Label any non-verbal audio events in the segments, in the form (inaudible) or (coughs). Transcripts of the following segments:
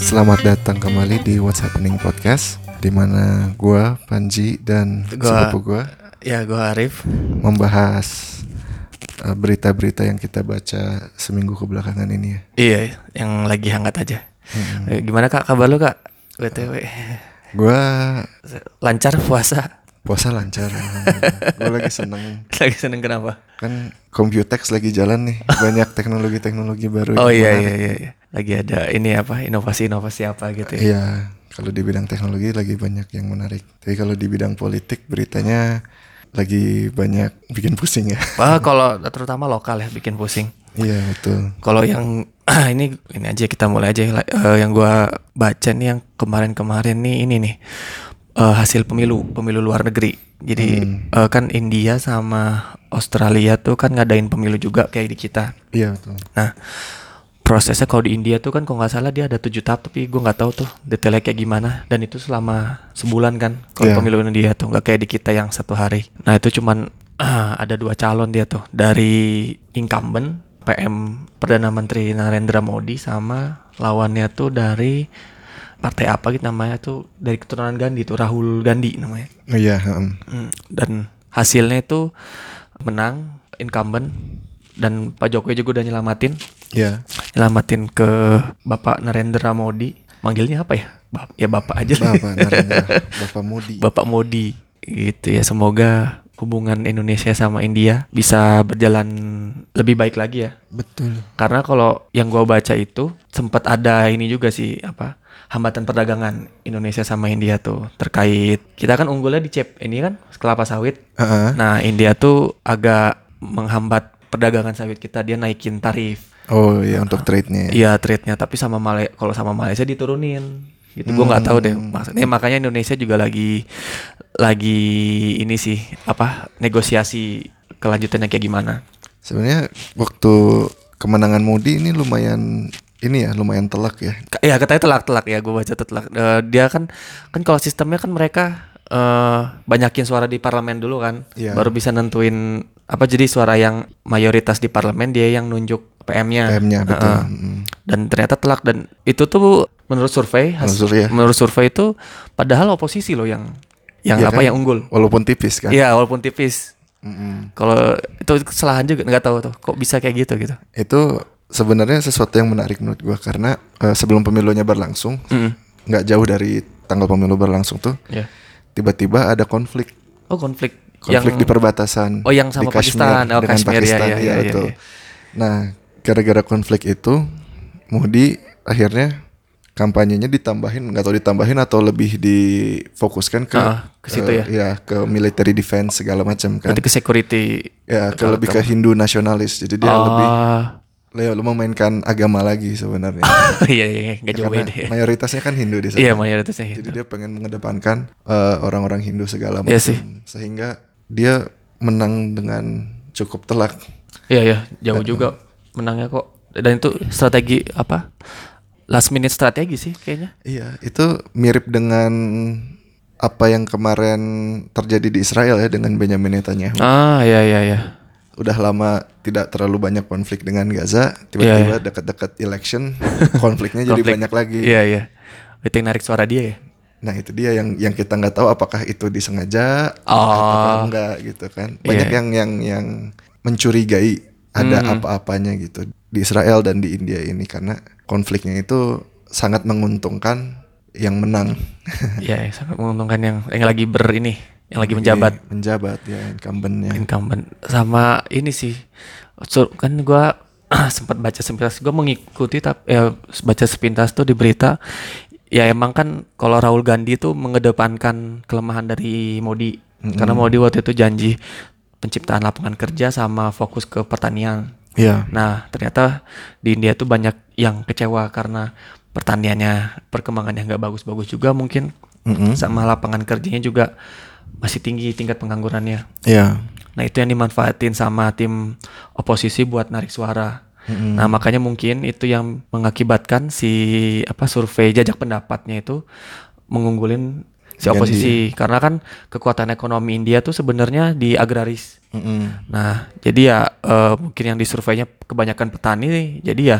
Selamat datang kembali di What's Happening Podcast di mana gua Panji dan Gua- sepupu gua Ya, gue Arif. membahas eh, berita-berita yang kita baca seminggu kebelakangan ini ya. Iya, yang lagi hangat aja. Eh, Gimana kak kabar lu kak? BTW, Gua lancar puasa? puasa lancar. ya. gua lagi seneng (laughs) Lagi seneng kenapa? kan Computex lagi jalan nih. Banyak teknologi-teknologi baru. Oh yang iya menarik. iya iya. iya. Lagi ada ini apa inovasi-inovasi apa gitu. ya. Iya, kalau di bidang teknologi lagi banyak yang menarik. Tapi kalau di bidang politik beritanya lagi banyak bikin pusing ya. (laughs) Wah, kalau terutama lokal ya bikin pusing. Iya, betul. Kalau yang (clears throat) ini ini aja kita mulai aja lah. Eh, yang gua baca nih yang kemarin-kemarin nih ini nih Eh, hasil pemilu pemilu luar negeri. Jadi eh, kan India sama Australia tuh kan ngadain pemilu juga kayak di kita. Iya, betul. Nah prosesnya kalau di India tuh kan kalau nggak salah dia ada tujuh tahap tapi gua nggak tahu tuh detailnya kayak gimana dan itu selama sebulan kan Iya. kalau pemilu India tuh nggak kayak di kita yang satu hari. Nah itu cuman (clears throat) ah, ada dua calon dia tuh dari incumbent PM Perdana Menteri Narendra Modi sama lawannya tuh dari partai apa gitu namanya tuh dari keturunan Gandhi tuh Rahul Gandhi namanya. Oh, Iya, heem. Mm, dan hasilnya itu menang incumbent dan Pak Jokowi juga udah nyelamatin Iya. nyelamatin ke Bapak Narendra Modi manggilnya apa ya Bap- ya Bapak aja lah. Bapak Narendra, Bapak Modi. (laughs) Bapak Modi gitu ya semoga hubungan Indonesia sama India bisa berjalan lebih baik lagi ya Betul. karena kalau yang gua baca itu sempat ada ini juga sih apa hambatan perdagangan Indonesia sama India tuh terkait kita kan unggulnya di cep ini kan kelapa sawit Heeh. Nah, India tuh agak menghambat perdagangan sawit kita. Dia naikin tarif. Oh iya untuk trade-nya. Iya, trade-nya tapi sama Male kalau sama Malaysia diturunin. Gitu gua Hmm. nggak tahu deh maksudnya. Ya, Makanya Indonesia juga lagi lagi ini sih apa negosiasi kelanjutannya kayak gimana. Sebenarnya waktu kemenangan Modi ini lumayan ini ya, lumayan telak ya. Ka- Ya katanya telak-telak ya gue baca tuh telak. Eh, dia kan kan kalau sistemnya kan mereka eh banyakin suara di parlemen dulu kan, Iya. baru bisa nentuin apa jadi suara yang mayoritas di parlemen dia yang nunjuk PM-nya. PM-nya betul. Nah, Heeh. Mm. Dan ternyata telak dan itu tuh menurut survei hasil- Menurut survei ya. menurut survei itu padahal oposisi loh yang yang Iya apa kan? yang unggul. Walaupun tipis kan. Iya walaupun tipis. Mm-mm. Kalau itu kesalahan juga nggak tahu tuh kok bisa kayak gitu gitu. Itu sebenarnya sesuatu yang menarik menurut gua karena eh, sebelum pemilunya berlangsung, Mm. nggak jauh dari tanggal pemilu berlangsung tuh, Iya. tiba-tiba ada konflik Oh konflik. konflik di perbatasan Oh, yang sama di Kashmir Pakistan. Oh, dengan Kashmir, ya, Pakistan iya, ya, ya, betul. ya. Nah, gara-gara konflik itu Modi akhirnya kampanyenya ditambahin nggak tahu ditambahin atau lebih difokuskan ke Ah, ke situ eh, ya? ke military defense segala macam kan. Berarti ke security. Ya, ke lebih ke Hindu nasionalis. Jadi dia lebih Ah. Leo lu memainkan agama lagi sebenarnya. (laughs) iya iya iya, nggak (laughs) jauh Karena beda ya. mayoritasnya kan Hindu di sana. Iya mayoritasnya Jadi Hindu. dia pengen mengedepankan eh, orang-orang Hindu segala macam. Iya sih. Sehingga dia menang dengan cukup telak. Iya iya jauh juga menangnya kok. Dan itu strategi apa? Last minute strategi sih kayaknya. Iya, itu mirip dengan apa yang kemarin terjadi di Israel ya dengan Benjamin Netanyahu. Ah iya iya iya. Udah lama tidak terlalu banyak konflik dengan Gaza, tiba-tiba dekat-dekat election (laughs) konfliknya jadi Iya, Konflik. banyak lagi. Iya iya. Itu yang narik suara dia ya. Nah, itu dia yang yang kita nggak tahu apakah itu disengaja atau Oh. enggak gitu kan. Banyak Iya. yang yang yang mencurigai ada apa-apanya gitu di Israel dan di India ini karena konfliknya itu sangat menguntungkan yang menang. Iya yang sangat menguntungkan yang yang lagi ber ini, yang lagi menjabat (laughs) Iya, menjabat ya incumbentnya. incumbent sama ini sih. Sur- kan gua (clears throat) sempat baca sepintas gua mengikuti tap, ya, baca sepintas tuh di berita ya emang kan kalau Raul Gandhi tuh mengedepankan kelemahan dari Modi karena Modi waktu itu janji penciptaan lapangan kerja sama fokus ke pertanian Iya. Nah, ternyata di India tuh banyak yang kecewa karena pertaniannya perkembangannya nggak bagus-bagus juga mungkin Mm-mm. sama lapangan kerjanya juga masih tinggi tingkat penganggurannya. Iya. Nah, itu yang dimanfaatin sama tim oposisi buat narik suara. Mm-mm. Nah, makanya mungkin itu yang mengakibatkan si apa survei jajak pendapatnya itu mengunggulin si Gandhi. oposisi karena kan kekuatan ekonomi India tuh sebenarnya di agraris. Mm-mm. Nah, jadi ya eh, mungkin yang disurveinya kebanyakan petani, jadi ya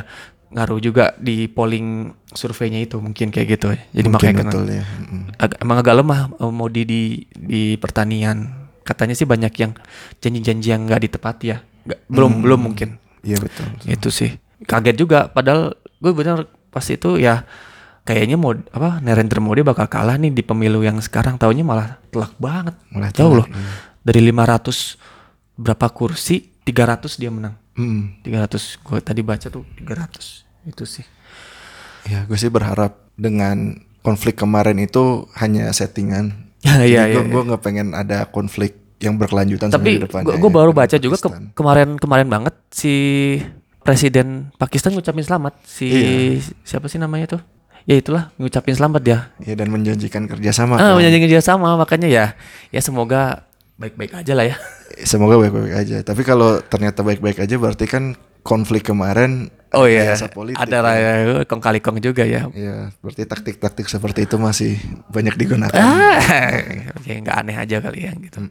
ngaruh juga di polling surveinya itu mungkin kayak gitu ya. Jadi Mungkin makanya kena- betul ya. Mm-mm. agak, emang agak lemah eh, Modi di di pertanian. Katanya sih banyak yang janji-janji yang nggak ditepati ya. Nggak- belum belum mungkin. Iya betul. Itu sih kaget juga. Padahal gue bener pas itu ya kayaknya mau apa Narendra Modi bakal kalah nih di pemilu yang sekarang. Taunya malah telak banget. Malah jauh telak, iya. loh. Dari 500 berapa kursi 300 dia menang. Mm. 300 gue tadi baca tuh 300 itu sih. Ya, gue sih berharap dengan konflik kemarin itu hanya (laughs) settingan. Ya, Jadi ya, gue ya, gue nggak pengen ada konflik yang berkelanjutan sampai Tapi di depannya. gue ya, baru karena baca juga ke- Pakistan. kemarin kemarin banget si presiden Pakistan ngucapin selamat si siapa sih namanya tuh? Ya itulah ngucapin selamat dia. Ya dan menjanjikan kerjasama. Ah, kan. menjanjikan dia sama makanya ya ya semoga baik-baik aja lah ya. Semoga baik-baik aja. Tapi kalau ternyata baik-baik aja berarti kan konflik kemarin Oh ada (laughs) iya, rasa politik. ya. ada raya kong kali kong juga ya. (laughs) Iya, berarti taktik-taktik seperti itu masih banyak digunakan. Ah, ya nggak aneh aja kali ya gitu.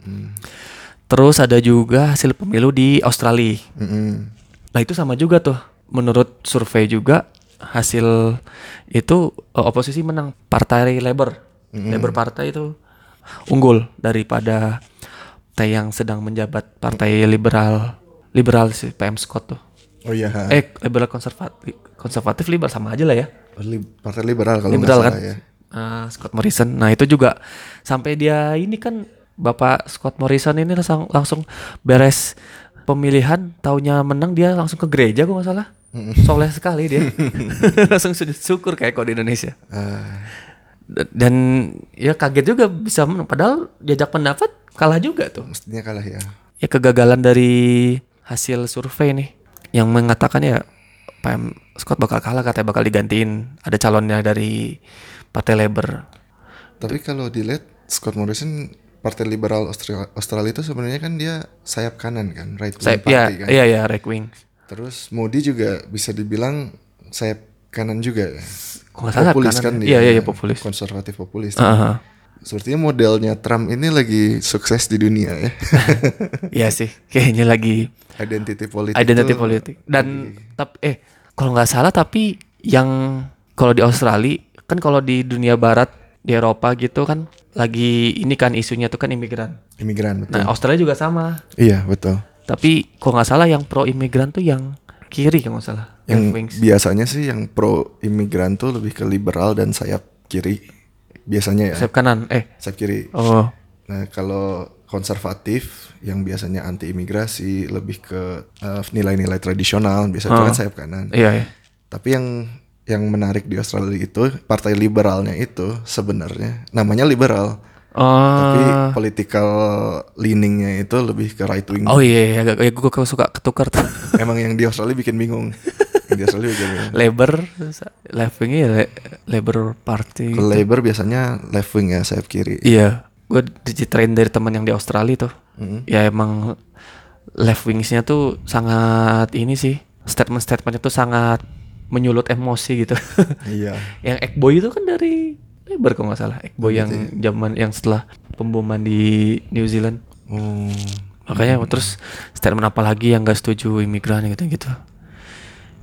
Terus ada juga hasil pemilu di Australia. Mm-mm. Nah itu sama juga tuh. Menurut survei juga hasil itu eh, oposisi menang. Partai Labor, Labor Partai itu unggul daripada partai yang sedang menjabat Partai Liberal, Liberal sih PM Scott tuh. Oh iya. ha. Eh Liberal konservatif, konservatif liberal sama aja lah ya. Li- Partai liberal kalau nggak Liberal kan. salah ya. Eh, Scott Morrison. Nah itu juga sampai dia ini kan Bapak Scott Morrison ini langsung, langsung beres pemilihan, taunya menang dia langsung ke gereja gue masalah. Soleh sekali dia. (laughs) langsung sujud syukur kayak kalau di Indonesia. Ah, D- Dan ya kaget juga bisa menang. Padahal diajak pendapat kalah juga tuh. mestinya kalah ya. Ya kegagalan dari hasil survei nih yang mengatakan ya PM Scott bakal kalah katanya bakal digantiin ada calonnya dari Partai Labor. Tapi kalau dilihat Scott Morrison Partai Liberal Austra- Australia, itu sebenarnya kan dia sayap kanan kan, right wing Saya party ya, kan. iya ya right wing. Terus Modi juga bisa dibilang sayap kanan juga ya. Kalau nggak salah populis kan kanan. dia. Iya iya iya populis. Ah. Konservatif populis. Heeh. Sepertinya modelnya Trump ini lagi sukses di dunia (laughs) ya. Iya sih, kayaknya lagi Identity politik. identity tuh- politik. Dan tapi eh kalau nggak salah tapi yang kalau di Australia kan kalau di dunia barat di Eropa gitu kan lagi ini kan isunya tuh kan imigran. Imigran betul. Nah, Australia juga sama. iya betul. Tapi kalau nggak salah yang pro imigran tuh yang kiri kalau nggak salah. Yang Yang wings. biasanya sih yang pro imigran tuh lebih ke liberal dan sayap kiri. Biasanya ya. Sayap kanan. Eh, sayap kiri. oh. Nah, kalau konservatif yang biasanya anti imigrasi lebih ke eh, nilai-nilai tradisional, biasanya itu kan sayap kanan. Iya, iya. Tapi yang yang menarik di Australia itu partai liberalnya itu sebenarnya namanya liberal, Oh, tapi political leaningnya itu lebih ke right wing. oh iya, iya, agak- iya, gue suka ketukar tuh. (laughs) Emang yang di Australia bikin bingung. yang di Australia bikin bingung. Labor, left wing ya le- Labor Party. Ke Labor biasanya left wing ya sayap kiri. Iya, gue dicitrain dari teman yang di Australia tuh. Ya emang left wingsnya tuh sangat ini sih statement-statementnya tuh sangat menyulut emosi gitu. (laughs) Iya. yang Ekboy itu kan dari Labor kalau nggak salah. Ekboy yang zaman yang setelah pemboman di New Zealand. Oh. Makanya terus statement apa lagi yang gak setuju imigran gitu-gitu.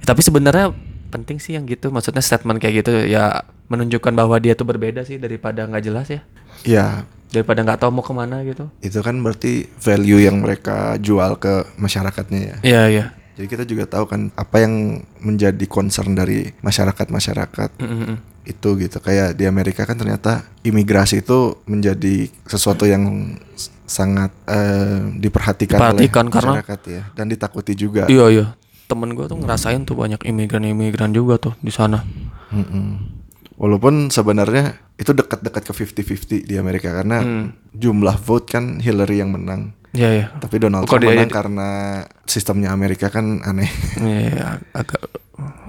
Ya, tapi sebenarnya penting sih yang gitu. Maksudnya statement kayak gitu ya menunjukkan bahwa dia tuh berbeda sih daripada nggak jelas ya. Ya, Daripada nggak tahu mau kemana gitu. itu kan berarti value yang mereka jual ke masyarakatnya ya. Iya iya. Jadi kita juga tahu kan apa yang menjadi concern dari masyarakat-masyarakat Mm-mm. itu gitu. Kayak di Amerika kan ternyata imigrasi itu menjadi sesuatu yang s- sangat eh, diperhatikan, Diperhatikan oleh karena- masyarakat ya dan ditakuti juga. Iya iya. Temen gue tuh ngerasain tuh banyak imigran-imigran juga tuh di sana. Mm-mm. Walaupun sebenarnya itu dekat-dekat ke 50-50 di Amerika karena Mm. jumlah vote kan Hillary yang menang. Iya iya. Tapi Donald Kok Trump dia- menang karena sistemnya Amerika kan aneh. Iya iya, agak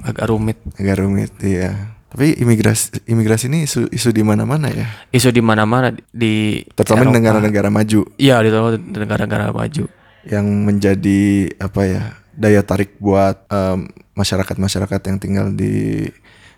agak rumit. agak rumit iya tapi imigrasi imigrasi ini isu isu di mana-mana ya Isu di mana-mana di terutama di Eropa. negara-negara maju Iya di terutama di negara-negara maju. yang menjadi apa ya daya tarik buat em, masyarakat-masyarakat yang tinggal di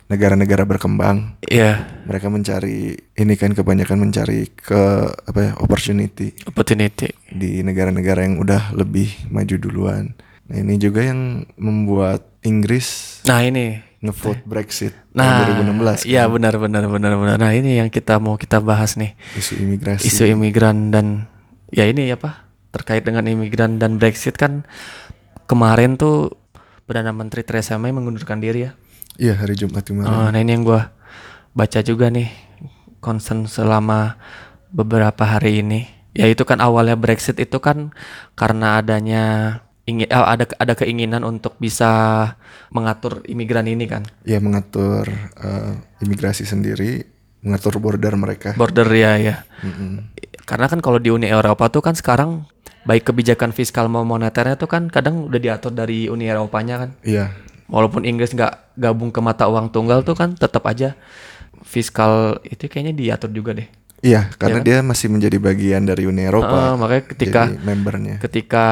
negara-negara berkembang Iya. mereka mencari ini kan kebanyakan mencari ke apa ya opportunity Opportunity. di negara-negara yang udah lebih maju duluan nah ini juga yang membuat Inggris Nah ini, ngevote Brexit nah tahun 2016 iya benar benar benar benar. Nah ini yang kita mau kita bahas nih isu imigrasi isu imigran dan ya ini apa terkait dengan imigran dan Brexit kan kemarin tuh perdana menteri Theresa May mengundurkan diri ya. iya hari Jumat kemarin Oh, nah ini yang gua baca juga nih concern selama beberapa hari ini. Ya itu kan awalnya Brexit itu kan karena adanya ingin eh, ada ada keinginan untuk bisa mengatur imigran ini kan ya mengatur eh, imigrasi sendiri mengatur border mereka border ya ya. Mm-mm. Karena kan kalau di Uni Eropa tuh kan sekarang baik kebijakan fiskal maupun moneternya tuh kan kadang udah diatur dari Uni Eropanya kan. iya walaupun Inggris nggak gabung ke mata uang tunggal tuh kan tetap aja fiskal itu kayaknya diatur juga deh. iya kan? karena dia masih menjadi bagian dari Uni Eh, Eropa makanya ketika jadi membernya ketika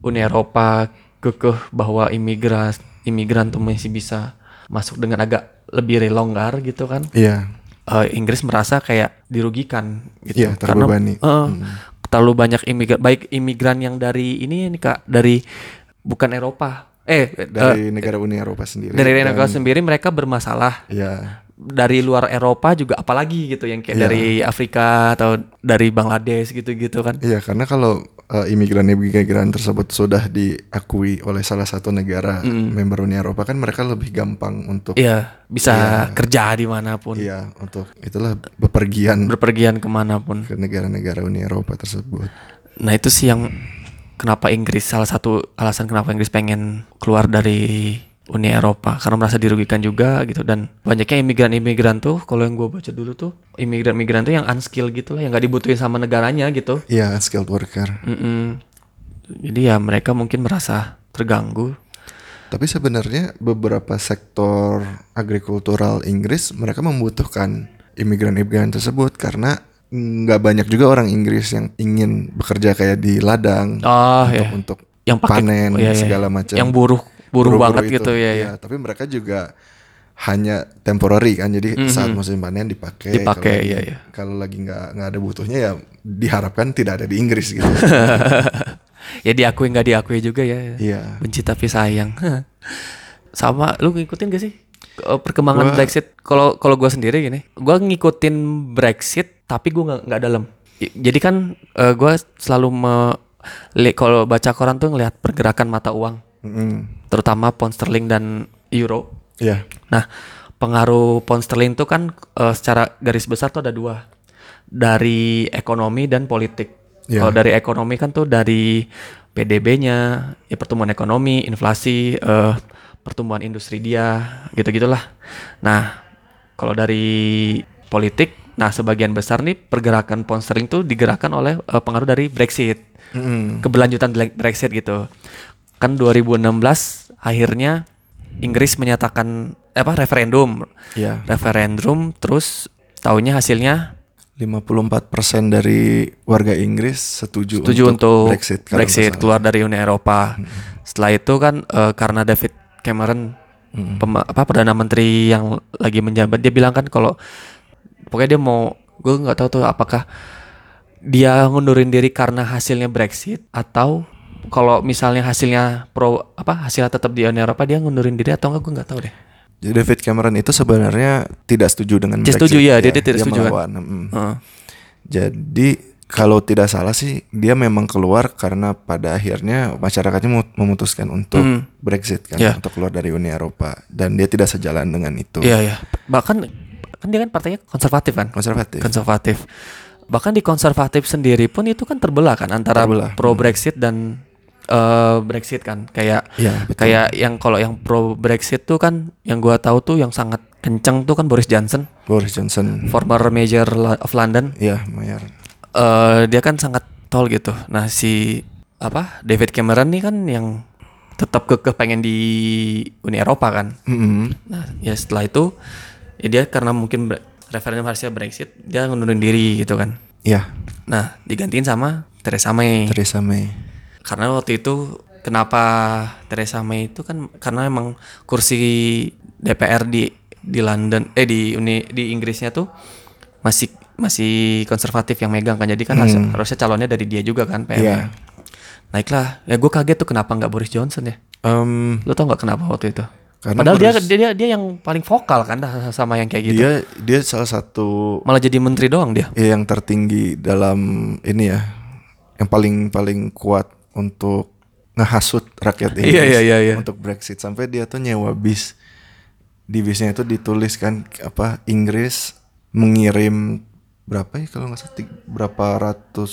Uni Eropa kekeh bahwa imigran imigran tuh masih bisa masuk dengan agak lebih longgar gitu kan. iya eh, Inggris merasa kayak dirugikan gitu Iya, terbebani. karena eh, terlalu banyak imigran baik imigran yang dari ini nih Kak dari bukan Eropa. Eh dari, dari negara Uni Eropa sendiri dari Dan- negara sendiri mereka bermasalah iya dari luar Eropa juga apalagi gitu yang kayak Iya. dari Afrika atau dari Bangladesh gitu-gitu kan. Iya, karena kalau eh, imigran-imigran tersebut sudah diakui oleh salah satu negara member Uni Eropa kan mereka lebih gampang untuk Iya, bisa kerja dimanapun, iya untuk itulah bepergian berpergian kemanapun. ke negara-negara Uni Eropa tersebut. Nah itu sih yang kenapa Inggris salah satu alasan kenapa Inggris pengen keluar dari Uni Eropa karena merasa dirugikan juga gitu dan banyaknya imigran-imigran tuh kalau yang gue baca dulu tuh imigran-imigran tuh yang unskilled gitu lah yang nggak dibutuhin sama negaranya gitu. Iya, skilled worker. Mm-mm. Jadi ya mereka mungkin merasa terganggu. Tapi sebenarnya beberapa sektor agrikultural Inggris mereka membutuhkan imigran-imigran tersebut karena nggak banyak juga orang Inggris yang ingin bekerja kayak di ladang Oh ya. untuk yang pakai panen oh, iya, iya. segala macam. yang buruh buruh Buru-buru banget itu. gitu ya, ya. Tapi mereka juga hanya temporary kan, jadi saat musim panen dipakai. Mhm. Dipakai, Kalau lagi- iya, iya. Kalau lagi nggak nggak ada butuhnya ya diharapkan tidak ada di Inggris (laughs) gitu. ya diakui nggak diakui juga ya Iya. benci tapi sayang (laughs) sama lu ngikutin gak sih eh, perkembangan Brexit kalau kalau gue sendiri gini gue ngikutin Brexit tapi gue nggak nggak dalam I- jadi kan gue selalu me li- kalau baca koran tuh ngelihat pergerakan mata uang Mm-mm. terutama pound sterling dan euro Mhm. Iya. Nah, pengaruh pound sterling itu kan eh, secara garis besar tuh ada dua. Dari ekonomi dan politik. Ya. Kalau dari ekonomi kan tuh dari PDB-nya, ya pertumbuhan ekonomi, inflasi, eh, pertumbuhan industri dia, gitu-gitulah. Nah, kalau dari politik, nah sebagian besar nih pergerakan pound sterling tuh digerakkan oleh eh, pengaruh dari Brexit Mm-mm. keberlanjutan Bre- Brexit gitu. Kan 2016 akhirnya Inggris menyatakan eh, apa referendum. Iya. Referendum terus tahunya hasilnya 54% dari warga Inggris setuju, setuju untuk, Brexit. kalau nggak salah. Hmm. keluar dari Uni Eropa. Setelah itu kan eh, karena David Cameron Hmm. pema- apa perdana menteri yang lagi menjabat dia bilang kan kalau pokoknya dia mau gue nggak tahu tuh apakah dia ngundurin diri karena hasilnya Brexit atau kalau misalnya hasilnya pro apa hasilnya tetap di Uni Eropa dia ngundurin diri atau enggak gue nggak tahu deh. Jadi David Cameron itu sebenarnya tidak setuju dengan Dia Brexit. Iya, setuju, ya, dia- dia tidak setuju, kan? melawan, mm. Heeh. Jadi kalau tidak salah sih dia memang keluar karena pada akhirnya masyarakatnya mu- memutuskan untuk Brexit kan Iya. untuk keluar dari Uni Eropa dan dia tidak sejalan dengan itu. Iya ya. Bahkan kan dia kan partainya konservatif kan? Konservatif. Konservatif. Bahkan di konservatif sendiri pun itu kan terbelah kan antara Terbelah, pro Brexit dan eh, Brexit kan. Kayak Iya, betul. kayak yang kalau yang pro Brexit tuh kan yang gua tahu tuh yang sangat kenceng tuh kan Boris Johnson, Boris Johnson. former mayor lo- of London. Iya, Mayer. Eh, dia kan sangat tol gitu. Nah, si apa? David Cameron nih kan yang tetap kekeh pengen di Uni Eropa kan. Mm-mm. Nah, ya setelah itu ya dia karena mungkin bre- referendum hasilnya Brexit, dia ngundurin diri gitu kan. Iya, Nah, digantiin sama Theresa May. Theresa May. karena waktu itu kenapa Theresa May itu kan karena emang kursi DPR di di London eh di Uni di Inggrisnya tuh masih masih konservatif yang megang kan jadi kan harusnya, harusnya calonnya dari dia juga kan PM Iya. naiklah ya gue kaget tuh kenapa nggak Boris Johnson ya Em, lo tau nggak kenapa waktu itu Karena Padahal dia, harus- dia dia dia yang paling vokal kan dah sama yang kayak gitu. dia dia salah satu Malah jadi menteri doang dia. ya, yang tertinggi dalam ini ya, yang paling paling kuat untuk ngehasut rakyat Inggris Iya, iya, iya, iya. untuk Brexit sampai dia tuh nyewa bis. Di bisnya itu dituliskan apa Inggris mengirim berapa ya kalau nggak salah ti- berapa ratus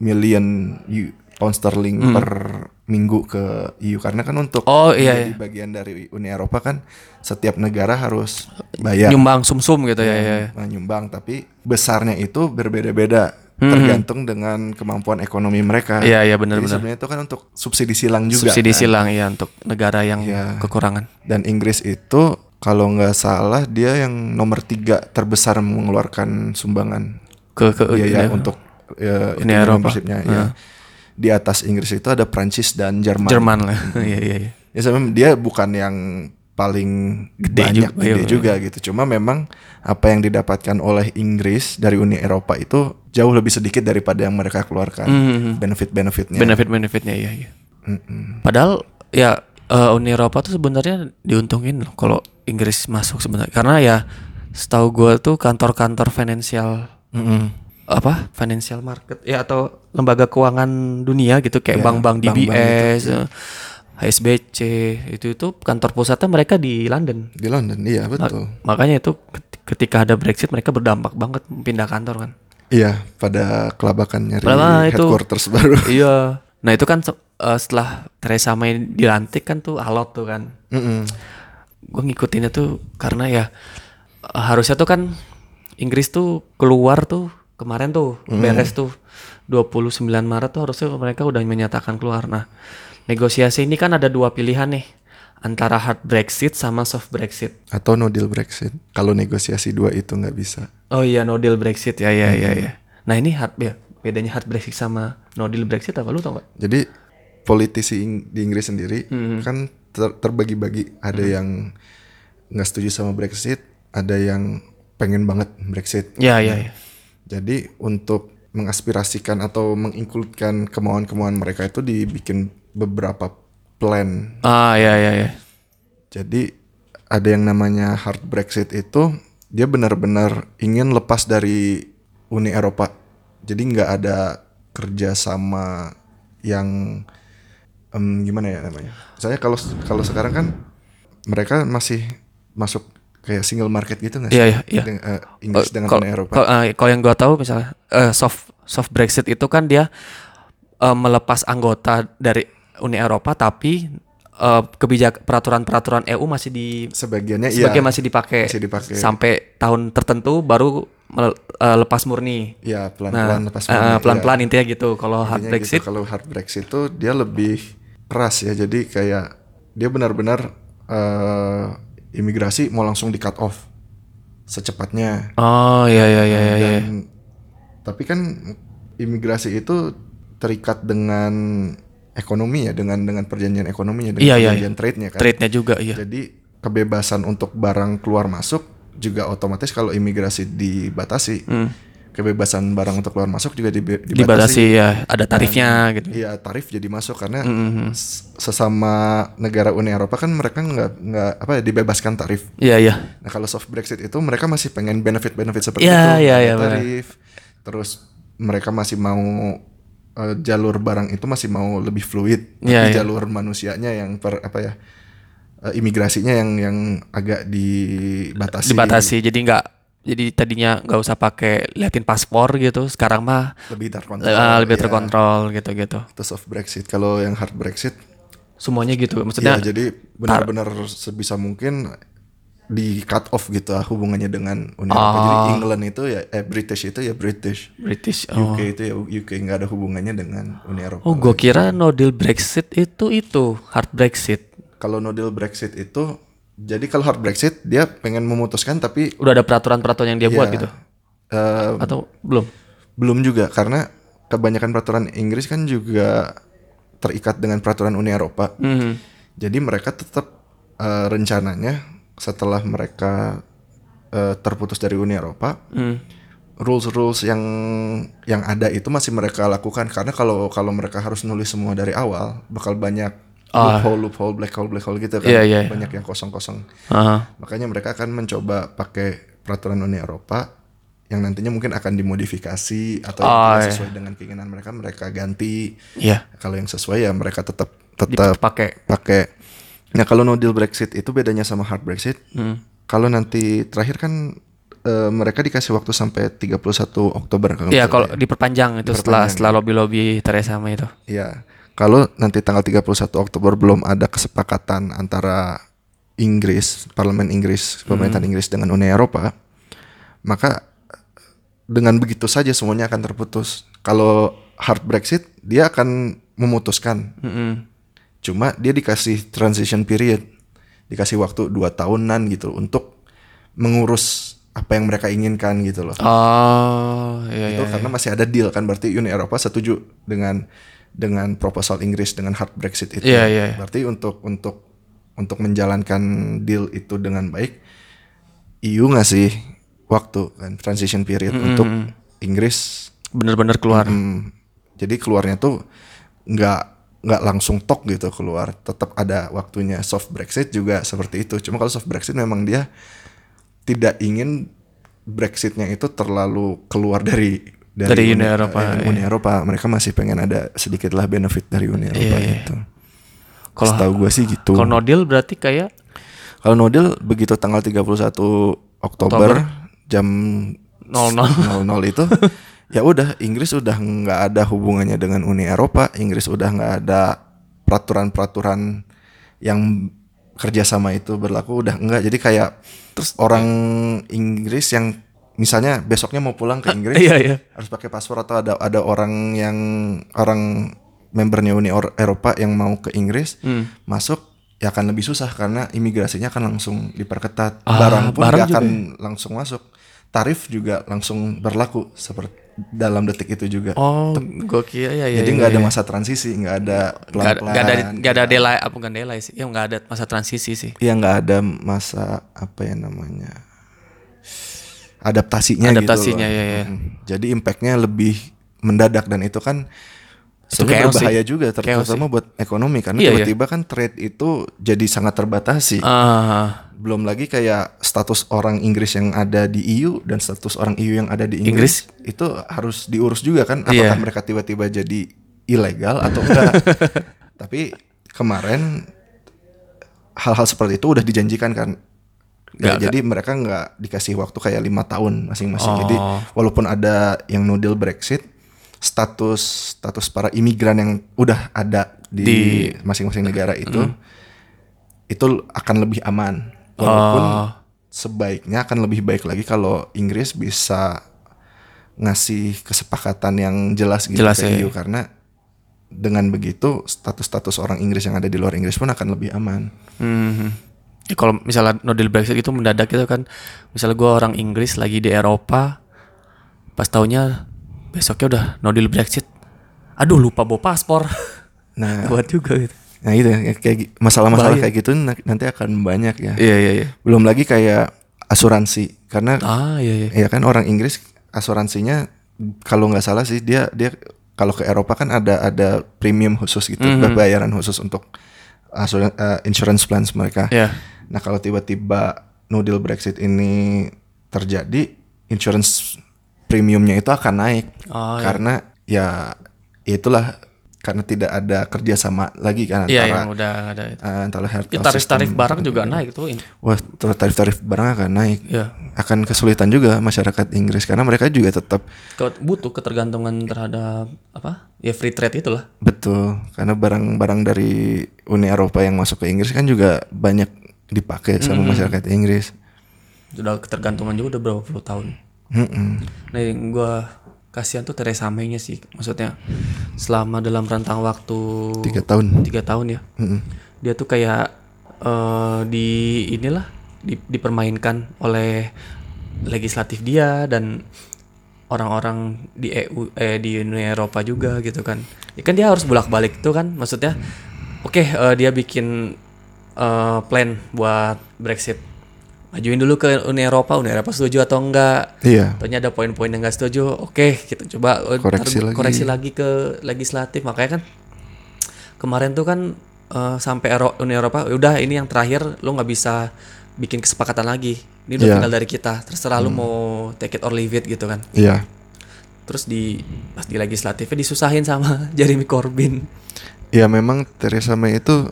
million eu- pound sterling per minggu ke EU karena kan untuk Hmm. Oh, iya, menjadi iya. bagian dari Uni Eropa kan setiap negara harus bayar Nyumbang sumsum gitu ya, ya, ya. Nah, nyumbang tapi besarnya itu berbeda-beda tergantung dengan kemampuan ekonomi mereka. Hmm. Iya, iya, benar, Nah, Jadi benar. Sebenarnya itu kan untuk subsidi silang juga. Subsidi kan. silang ya untuk negara yang Iya. kekurangan. Dan Inggris itu kalau nggak salah dia yang nomor tiga terbesar mengeluarkan sumbangan Ke ke biaya ya. Iya, untuk ya, Uni itu Eropa. membership-nya, ya. Di atas Inggris itu ada Prancis dan Jerman. Jerman lah. Iya iya iya. Ya sebenarnya dia bukan yang paling Gede banyak juga, gede iya. juga gitu. Cuma memang apa yang didapatkan oleh Inggris dari Uni Eropa itu jauh lebih sedikit daripada yang mereka keluarkan Mhm. benefit-benefitnya. Benefit-benefitnya iya iya. Mm-mm. Padahal ya eh, Uni Eropa tuh sebenarnya diuntungin loh kalau Inggris masuk sebenarnya. Karena ya setahu gua tuh kantor-kantor finansial Mm-mm. apa financial market ya atau lembaga keuangan dunia gitu kayak Ya, bank-bank bank-bank gitu. DBS, eh, HSBC itu itu kantor pusatnya mereka di London. Di London Ah. iya betul. Makanya itu ket- ketika ada Brexit mereka berdampak banget pindah kantor kan. Iya pada kelabakan nyari Padahal itu- headquarters baru. (laughs) iya. Nah itu kan se- eh, setelah Theresa May dilantik kan tuh alot tuh kan. Mm-mm. Gue ngikutinnya tuh karena ya eh, harusnya tuh kan Inggris tuh keluar tuh kemarin tuh beres tuh 29 Maret tuh harusnya mereka udah menyatakan keluar. Nah negosiasi ini kan ada dua pilihan nih antara hard Brexit sama soft Brexit. Atau no deal Brexit. Kalau negosiasi dua itu nggak bisa. Oh iya no deal Brexit ya ya ya ya. Nah ini hard ya bedanya hard Brexit sama no deal Brexit apa lu tau gak? Jadi politisi Ing- di Inggris sendiri kan ter- terbagi-bagi. Ada yang nggak setuju sama Brexit, ada yang pengen banget Brexit. Ya ya ya. Jadi untuk mengaspirasikan atau menginkludkan kemauan-kemauan mereka itu dibikin beberapa plan. Ah ya ya ya. Jadi ada yang namanya hard Brexit itu dia benar-benar ingin lepas dari Uni Eropa. Jadi nggak ada kerjasama yang em, gimana ya namanya. Saya kalau kalau sekarang kan mereka masih masuk kayak single market gitu nggak sih? Iya, iya, iya. Deng- eh, Inggris dengan Kalau- Uni Eropa. kalau- eh, Kalau yang gua tahu misalnya eh, soft soft Brexit itu kan dia eh, melepas anggota dari Uni Eropa tapi eh, kebijak peraturan-peraturan EU masih di Sebagiannya iya. sebagai masih dipakai Masih dipakai. sampai tahun tertentu baru mele- eh, lepas murni. Iya, pelan-pelan Nah, lepas eh, mulai, pelan-pelan intinya gitu kalau hard Intinya Brexit. gitu, kalau hard Brexit itu dia lebih keras ya jadi kayak dia benar-benar eh, imigrasi mau langsung di cut off secepatnya Oh iya iya iya iya. iya. Dan- tapi kan imigrasi itu terikat dengan ekonomi ya dengan dengan perjanjian ekonominya dengan Iya, iya, perjanjian trade-nya kan Trade-nya juga iya. jadi kebebasan untuk barang keluar masuk juga otomatis kalau imigrasi dibatasi Hmm. kebebasan barang untuk keluar masuk juga dibe- Dibatasi ya, Nah, ada tarifnya gitu. Hmm, Iya tarif jadi masuk karena s- sesama negara Uni Eropa kan mereka nggak nggak apa ya dibebaskan tarif. Iya iya. Nah kalau soft Brexit itu mereka masih pengen benefit-benefit seperti Iya, itu iya, ada iya, benar. tarif. Terus mereka masih mau eh, jalur barang itu masih mau lebih fluid. Tapi Iya, iya. jalur manusianya yang per apa ya eh, imigrasinya yang yang agak dibatasi. Dibatasi. Jadi nggak jadi tadinya nggak usah pakai liatin paspor gitu. Sekarang mah Lebih terkontrol. eh, lebih iya. terkontrol gitu-gitu. Itu soft Brexit. Kalau yang hard Brexit Semuanya gitu. Maksudnya Iya, jadi benar-benar sebisa mungkin di cut off gitu ah, hubungannya dengan Uni Eropa. Jadi Ah. England itu ya eh British itu ya British. British. Oh. UK itu ya UK nggak ada hubungannya dengan Uni Eropa. Oh, gue kira no deal Brexit itu itu hard Brexit. Kalau no deal Brexit itu jadi kalau hard Brexit dia pengen memutuskan tapi Udah ada peraturan-peraturan yang dia buat ya, gitu eh, atau belum? belum juga karena kebanyakan peraturan Inggris kan juga terikat dengan peraturan Uni Eropa. Mhm. Jadi mereka tetap eh, rencananya setelah mereka eh, terputus dari Uni Eropa, Hmm. rules rules yang yang ada itu masih mereka lakukan karena kalau kalau mereka harus nulis semua dari awal bakal banyak Ah. loophole loophole black hole black hole gitu kan Iya, iya, iya. banyak yang kosong kosong Heeh. makanya mereka akan mencoba pakai peraturan Uni Eropa yang nantinya mungkin akan dimodifikasi atau yang Oh, tidak iya. sesuai dengan keinginan mereka mereka ganti Iya. kalau yang sesuai ya mereka tetap tetap Dipakai. pakai nah kalau no deal Brexit itu bedanya sama hard Brexit Hmm. kalau nanti terakhir kan eh, mereka dikasih waktu sampai 31 Oktober kalau nggak Iya, salah kalau ya. diperpanjang itu setelah setelah lobby-lobby Theresa May itu. Iya. Kalau nanti tanggal 31 Oktober belum ada kesepakatan antara Inggris, parlemen Inggris, pemerintahan Inggris dengan Uni Eropa, maka dengan begitu saja semuanya akan terputus. Kalau hard Brexit, dia akan memutuskan. Mm-mm. Cuma dia dikasih transition period, dikasih waktu dua tahunan gitu untuk mengurus apa yang mereka inginkan gitu loh Oh, iya iya. itu karena masih ada deal kan berarti Uni Eropa setuju dengan dengan proposal Inggris dengan hard Brexit itu. Iya, iya, iya. Berarti untuk untuk untuk menjalankan deal itu dengan baik EU ngasih waktu kan transition period untuk Inggris. Bener-bener keluar. Hmm, jadi keluarnya tuh nggak nggak langsung tok gitu keluar, tetap ada waktunya. Soft Brexit juga seperti itu. Cuma kalau soft Brexit memang dia tidak ingin Brexitnya itu terlalu keluar dari Dari Uni eh, Eropa, iya. Uni Eropa. Mereka masih pengen ada sedikit lah benefit dari Uni Eropa iya. gitu. Kalau- Setahu gue sih gitu. Kalau no deal berarti kayak Kalau no deal begitu tanggal 31 Oktober, jam 00 00. itu ya udah Inggris udah nggak ada hubungannya dengan Uni Eropa, Inggris udah nggak ada peraturan-peraturan yang kerjasama itu berlaku udah enggak jadi kayak terus orang Inggris yang misalnya besoknya mau pulang (laughs) ke Inggris Iya, iya. harus pakai paspor atau ada ada orang yang orang membernya Uni Or- Eropa yang mau ke Inggris Hmm. masuk ya akan lebih susah karena imigrasinya akan langsung diperketat Ah, barang pun barang nggak juga akan langsung masuk tarif juga langsung berlaku seperti dalam detik itu juga oh, gua kira ya ya. jadi ya, nggak ya. ada gitu masa transisi nggak ada Nggak ada- pelan pelan nggak ada nggak ada delay apa bukan delay sih. Ya nggak ada masa transisi sih. ya nggak ada masa apa ya namanya adaptasinya gitu Adaptasinya, loh. ya, ya. Mm. jadi impactnya lebih mendadak dan itu kan Itu sebenarnya chaos sih. berbahaya juga ter- Chaos terutama buat ekonomi karena Iya, iya. tiba-tiba kan trade itu jadi sangat terbatasi Ah, belum lagi kayak status orang Inggris yang ada di EU dan status orang EU yang ada di Inggris, itu harus diurus juga kan apakah Iya. mereka tiba-tiba jadi ilegal atau (laughs) enggak. Tapi kemarin hal-hal seperti itu udah dijanjikan kan. Ya, Nggak- jadi mereka nggak dikasih waktu kayak lima tahun masing-masing. Oh. Jadi walaupun ada yang no deal Brexit, status status para imigran yang udah ada di, Di- masing-masing negara itu itu akan lebih aman. Walaupun Oh. sebaiknya akan lebih baik lagi kalau Inggris bisa ngasih kesepakatan yang jelas gitu Jelas, ke ya. EU karena dengan begitu status-status orang Inggris yang ada di luar Inggris pun akan lebih aman. Hmm. Ya, Kalau misalnya no deal Brexit itu mendadak gitu kan, misalnya gua orang Inggris lagi di Eropa, pas taunya besoknya udah no deal Brexit, aduh lupa bawa (laughs) paspor, Nah, buat juga gitu. nah itu ya, kayak gi- masalah-masalah Bahaya. kayak gitu na- nanti akan banyak ya. Iya iya iya. Belum lagi kayak asuransi karena Ah iya iya. ya kan orang Inggris asuransinya kalau nggak salah sih dia dia kalau ke Eropa kan ada ada premium khusus gitu Mhm. bayaran khusus untuk asur- eh, insurance plans mereka. Iya. Nah kalau tiba-tiba no deal Brexit ini terjadi insurance premiumnya itu akan naik Oh, iya. karena ya itulah karena tidak ada kerjasama lagi kan Iya antara yang udah ada itu. eh, antara health Ya, care tarif-tarif system. barang juga naik tuh. in- Wah, ter- tarif-tarif barang akan naik. Iya. Akan kesulitan juga masyarakat Inggris karena mereka juga tetap Ke- butuh ketergantungan terhadap apa? Ya free trade itulah. betul karena barang-barang dari Uni Eropa yang masuk ke Inggris kan juga banyak dipakai sama masyarakat Inggris. Udah ketergantungan juga udah berapa puluh tahun. Mm-mm. Nah yang gue kasihan tuh Theresa May-nya sih maksudnya selama dalam rentang waktu Tiga tahun. tiga tahun ya Mm-mm. dia tuh kayak eh, di inilah di- dipermainkan oleh legislatif dia dan orang-orang di EU eh di Uni Eropa juga gitu kan ya kan dia harus bolak-balik tuh kan maksudnya oke eh, dia bikin eh, plan buat Brexit majuin dulu ke Uni Eropa Uni Eropa setuju atau enggak Iya. Ternyata ada poin-poin yang nggak setuju. Oke, kita coba eh, Koreksi ntar lagi. koreksi lagi ke legislatif. Makanya kan kemarin tuh kan eh, sampai Ero- Uni Eropa "Ya udah ini yang terakhir lu nggak bisa bikin kesepakatan lagi ini udah Iya. Hmm. tinggal dari kita terserah lu mau take it or leave it gitu kan Iya. terus di pas di legislatifnya disusahin sama (laughs) Jeremy Corbyn Ya memang Theresa May itu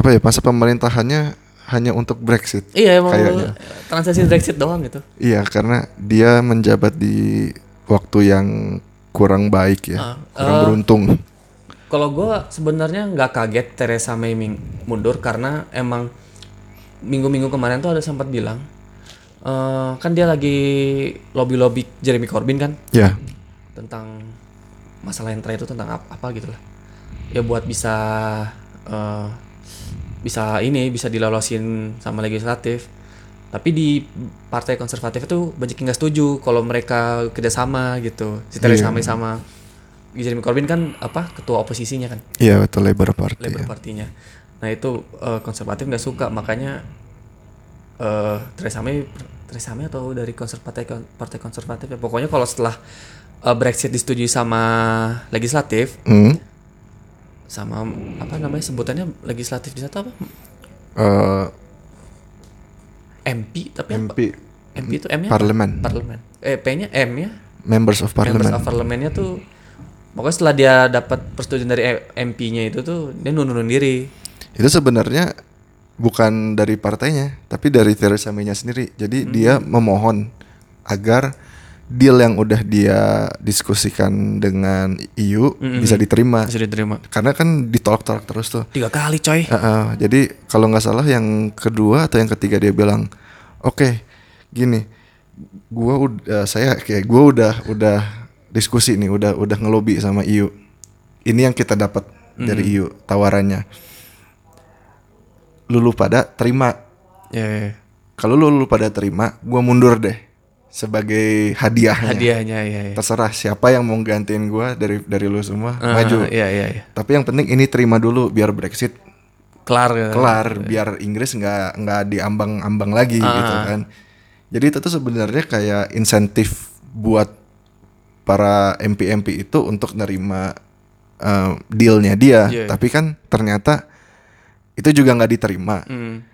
apa ya masa pemerintahannya hanya untuk Brexit. iya emang Kayaknya. transisi Brexit doang gitu Iya karena dia menjabat di waktu yang kurang baik ya, kurang beruntung. Kalau gua sebenarnya nggak kaget Teresa May ming- mundur karena emang minggu-minggu kemarin tuh ada sempat bilang eh, kan dia lagi lobby-lobby Jeremy Corbyn kan Ya, tentang masalah yang terakhir itu tentang apa, apa gitu lah ya buat bisa eh, bisa ini bisa dilolosin sama legislatif tapi di partai konservatif itu banyak yang nggak setuju kalau mereka kerjasama gitu si Theresa May sama Jeremy Corbyn kan apa ketua oposisinya kan iya betul Labour Party. ya. Labour Party-nya. Nah itu eh, konservatif nggak suka makanya eh Theresa May Theresa May atau dari konservatif partai konservatif ya pokoknya kalau setelah eh, Brexit disetujui sama legislatif Hmm. sama apa namanya sebutannya legislatif di sana tuh apa Eh, MP tapi apa? MP MP itu M-nya Parlemen, parlemen eh P-nya M Iya. ya Members of members Parliament. of parlemennya tuh pokoknya setelah dia dapat persetujuan dari MP-nya itu tuh dia nundurin diri Itu sebenarnya bukan dari partainya, tapi dari Theresa May-nya sendiri. Jadi dia memohon agar deal yang udah dia diskusikan dengan EU bisa diterima. bisa diterima Karena kan ditolak-tolak terus tuh. tiga kali coy Eh, eh, jadi kalau nggak salah yang kedua atau yang ketiga dia bilang, "Oke, gini. Gua udah saya kayak gua udah udah diskusi nih, udah udah ngelobi sama EU. Ini yang kita dapat dari EU tawarannya. Lulu pada terima. ya ya, ya. Kalau lulu pada terima, gua mundur deh sebagai hadiahnya. hadiahnya ya ya Terserah siapa yang mau gantiin gua dari dari lu semua, Ah, maju. Iya iya iya. Tapi yang penting ini terima dulu biar Brexit Kelar. ya. kelar biar Inggris nggak nggak diambang-ambang lagi Ah, gitu kan. Jadi itu tuh sebenarnya kayak insentif buat para MP-MP itu untuk nerima eh, dealnya dia. Iya. Tapi kan ternyata itu juga nggak diterima. Hmm.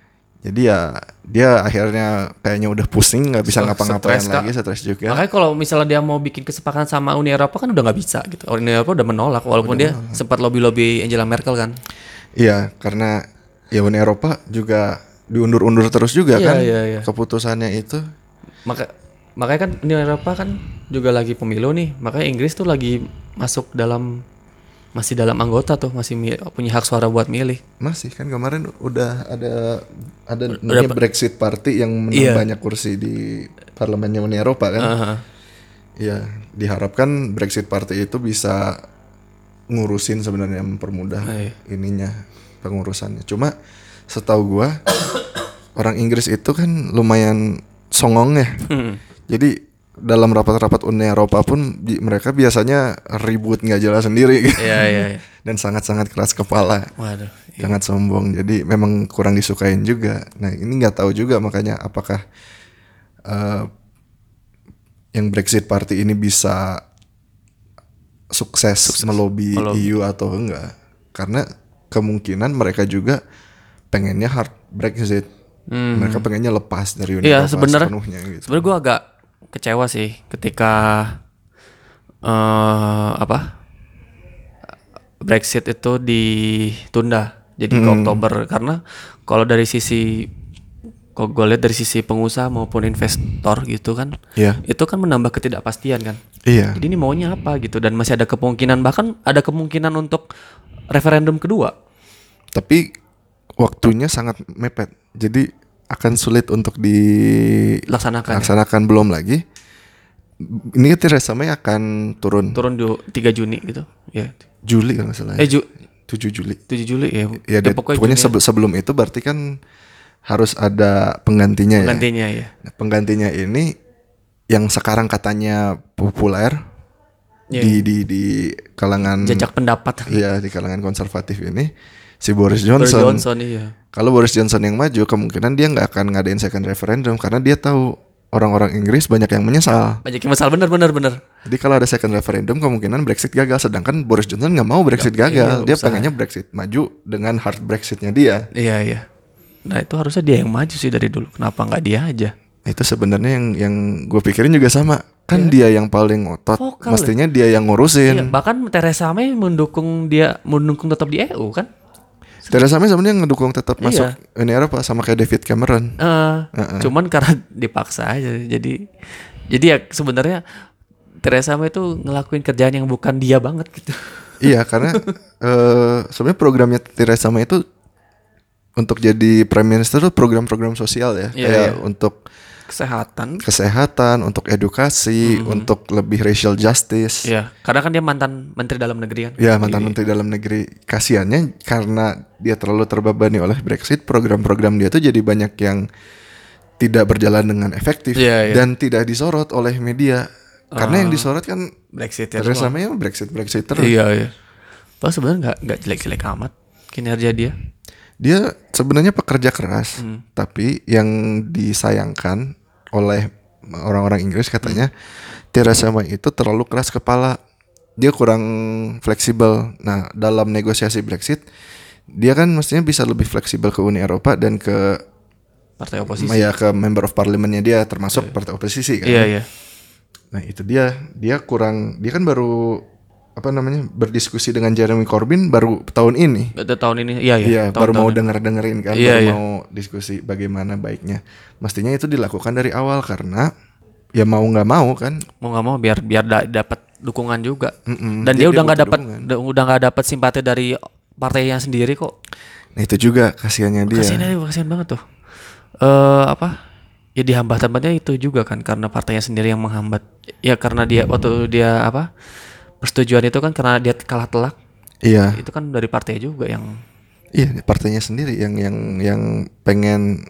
Jadi ya dia akhirnya kayaknya udah pusing nggak bisa Stres- ngapa-ngapain stres, Kak. lagi, stres juga. Makanya kalau misalnya dia mau bikin kesepakatan sama Uni Eropa kan udah nggak bisa gitu. Uni Eropa udah menolak walaupun dia sempat lobby-lobby Angela Merkel kan. Iya, karena ya Uni Eropa juga diundur-undur terus juga Iya, kan iya, iya. keputusannya itu. Maka makanya kan Uni Eropa kan juga lagi pemilu nih. Makanya Inggris tuh lagi masuk dalam masih dalam anggota tuh masih mi- punya hak suara buat milih. Masih kan kemarin udah ada ada namanya Brexit Party yang menang Iya. banyak kursi di parlemennya Uni Eropa kan. Heeh. Iya, diharapkan Brexit Party itu bisa ngurusin sebenarnya mempermudah Iya. ininya pengurusannya. Cuma setahu gua (coughs) orang Inggris itu kan lumayan songong ya. Hmm. Jadi dalam rapat-rapat Uni Eropa pun bi- mereka biasanya ribut nggak jelas sendiri (laughs) Iya iya. iya. dan sangat-sangat keras kepala Waduh. Iya. sangat sombong jadi memang kurang disukain juga nah ini nggak tahu juga makanya apakah eh, yang Brexit Party ini bisa sukses, melobi EU atau enggak karena kemungkinan mereka juga pengennya hard Brexit mereka pengennya lepas dari Uni Iya, Eropa sebenarnya- sepenuhnya gitu Sebenarnya gue agak kecewa sih ketika eh apa Brexit itu ditunda jadi ke Hmm. Oktober karena kalau dari sisi kalau gue lihat dari sisi pengusaha maupun investor gitu kan iya itu kan menambah ketidakpastian kan iya jadi ini maunya apa gitu dan masih ada kemungkinan bahkan ada kemungkinan untuk referendum kedua tapi waktunya sangat mepet jadi akan sulit untuk di dilaksanakan laksanakan belum lagi ini kan Theresa May akan turun turun di 3 Juni gitu ya Juli kalau nggak salah eh ya. Ju- 7 Juli 7 Juli ya, ya, dia- pokoknya, Juni sebe- sebelum itu berarti kan harus ada penggantinya, ya gantinya ya Nah, penggantinya ini yang sekarang katanya populer Iya. di di di kalangan jejak pendapat ya di kalangan konservatif ini si Boris Boris Johnson, Johnson iya kalau Boris Johnson yang maju kemungkinan dia nggak akan ngadain second referendum karena dia tahu orang-orang Inggris banyak yang menyesal. Banyak yang masalah bener bener bener. Jadi kalau ada second referendum kemungkinan Brexit gagal, sedangkan Boris Johnson nggak mau Brexit gagal. iya, dia usaha. pengennya Brexit maju dengan hard Brexitnya dia. Iya iya. Nah itu harusnya dia yang maju sih dari dulu. Kenapa nggak dia aja? Itu sebenarnya yang yang gue pikirin juga sama. Kan dia yang paling otot, Iya. Vokal ya. mestinya dia yang ngurusin. Iya, bahkan Theresa May mendukung dia mendukung tetap di EU kan? Theresa May sebenarnya ngedukung tetap Iya. masuk Uni Eropa sama kayak David Cameron. Eh, Cuman karena (laughs) dipaksa aja. Jadi jadi ya sebenarnya Theresa May itu ngelakuin kerjaan yang bukan dia banget gitu. iya, (laughs) karena eh sebenarnya programnya Theresa May itu untuk jadi prime minister tuh program-program sosial ya. Iya, kayak iya. untuk (laughs) Kesehatan. kesehatan, untuk edukasi, untuk lebih racial justice. Mm-hmm. Iya. Karena kan dia mantan Menteri Dalam Negeri kan. Ya mantan menteri dalam negeri kasihannya karena dia terlalu terbebani oleh Brexit program-program dia tuh jadi banyak yang tidak berjalan dengan efektif Iya, iya. dan tidak disorot oleh media karena yang disorot kan Brexit ya. Theresa May yang Brexit Brexit terus Iya iya. Padahal sebenarnya nggak nggak jelek-jelek amat kinerja dia. dia sebenarnya pekerja keras Hmm. tapi yang disayangkan oleh orang-orang Inggris katanya Theresa May itu terlalu keras kepala dia kurang fleksibel nah dalam negosiasi Brexit dia kan mestinya bisa lebih fleksibel ke Uni Eropa dan ke Partai oposisi. ya ke member of parliamentnya dia termasuk partai oposisi kan Iya iya. nah itu dia dia kurang dia kan baru apa namanya berdiskusi dengan Jeremy Corbyn baru tahun ini Ada tahun ini. Iya iya. Iya, tahun- baru mau tahun- denger-dengerin kan, Iya, baru iya. mau diskusi bagaimana baiknya. Mestinya itu dilakukan dari awal karena ya mau nggak mau kan. mau nggak mau biar biar da- dapat dukungan juga. Mm-mm, Dan dia, udah nggak butuh dapat dukungan. da- udah nggak dapat simpati dari partainya sendiri kok. Nah, itu juga kasihannya dia. Kasihan aja, kasihan banget tuh. Eh apa? Ya di hambatan-hambatnya itu juga kan karena partainya sendiri yang menghambat. Ya karena dia waktu dia apa? Persetujuan itu kan karena dia kalah telak. Iya, Itu kan dari partai juga yang iya partainya sendiri yang yang yang pengen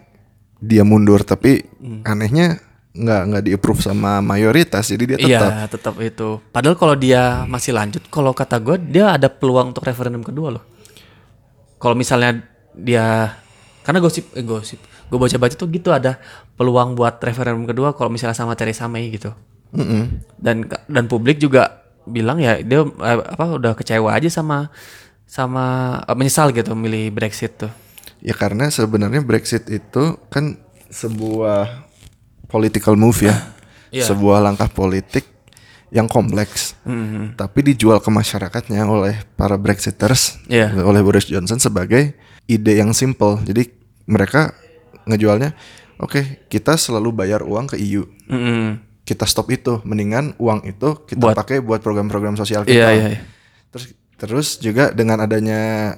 dia mundur tapi Hmm. anehnya nggak nggak di approve sama mayoritas jadi dia Ya, tetap Iya, tetap itu. Padahal kalau dia masih lanjut, kalau kata gue dia ada peluang untuk referendum kedua loh. Kalau misalnya dia karena gosip eh, gosip, gue baca-baca tuh gitu ada peluang buat referendum kedua kalau misalnya sama Theresa May gitu. Mm-mm. Dan dan publik juga bilang ya dia eh, apa udah kecewa aja sama sama eh, menyesal gitu milih Brexit tuh. ya karena sebenarnya Brexit itu kan sebuah political move ya Iya. sebuah langkah politik yang kompleks Mhm. tapi dijual ke masyarakatnya oleh para Brexiters, Iya. oleh Boris Johnson sebagai ide yang simple. Jadi mereka ngejualnya, oke kita selalu bayar uang ke EU, Mhm. kita stop itu, mendingan uang itu kita Buat- pakai buat program-program sosial kita. Iya, iya, iya. Terus terus juga dengan adanya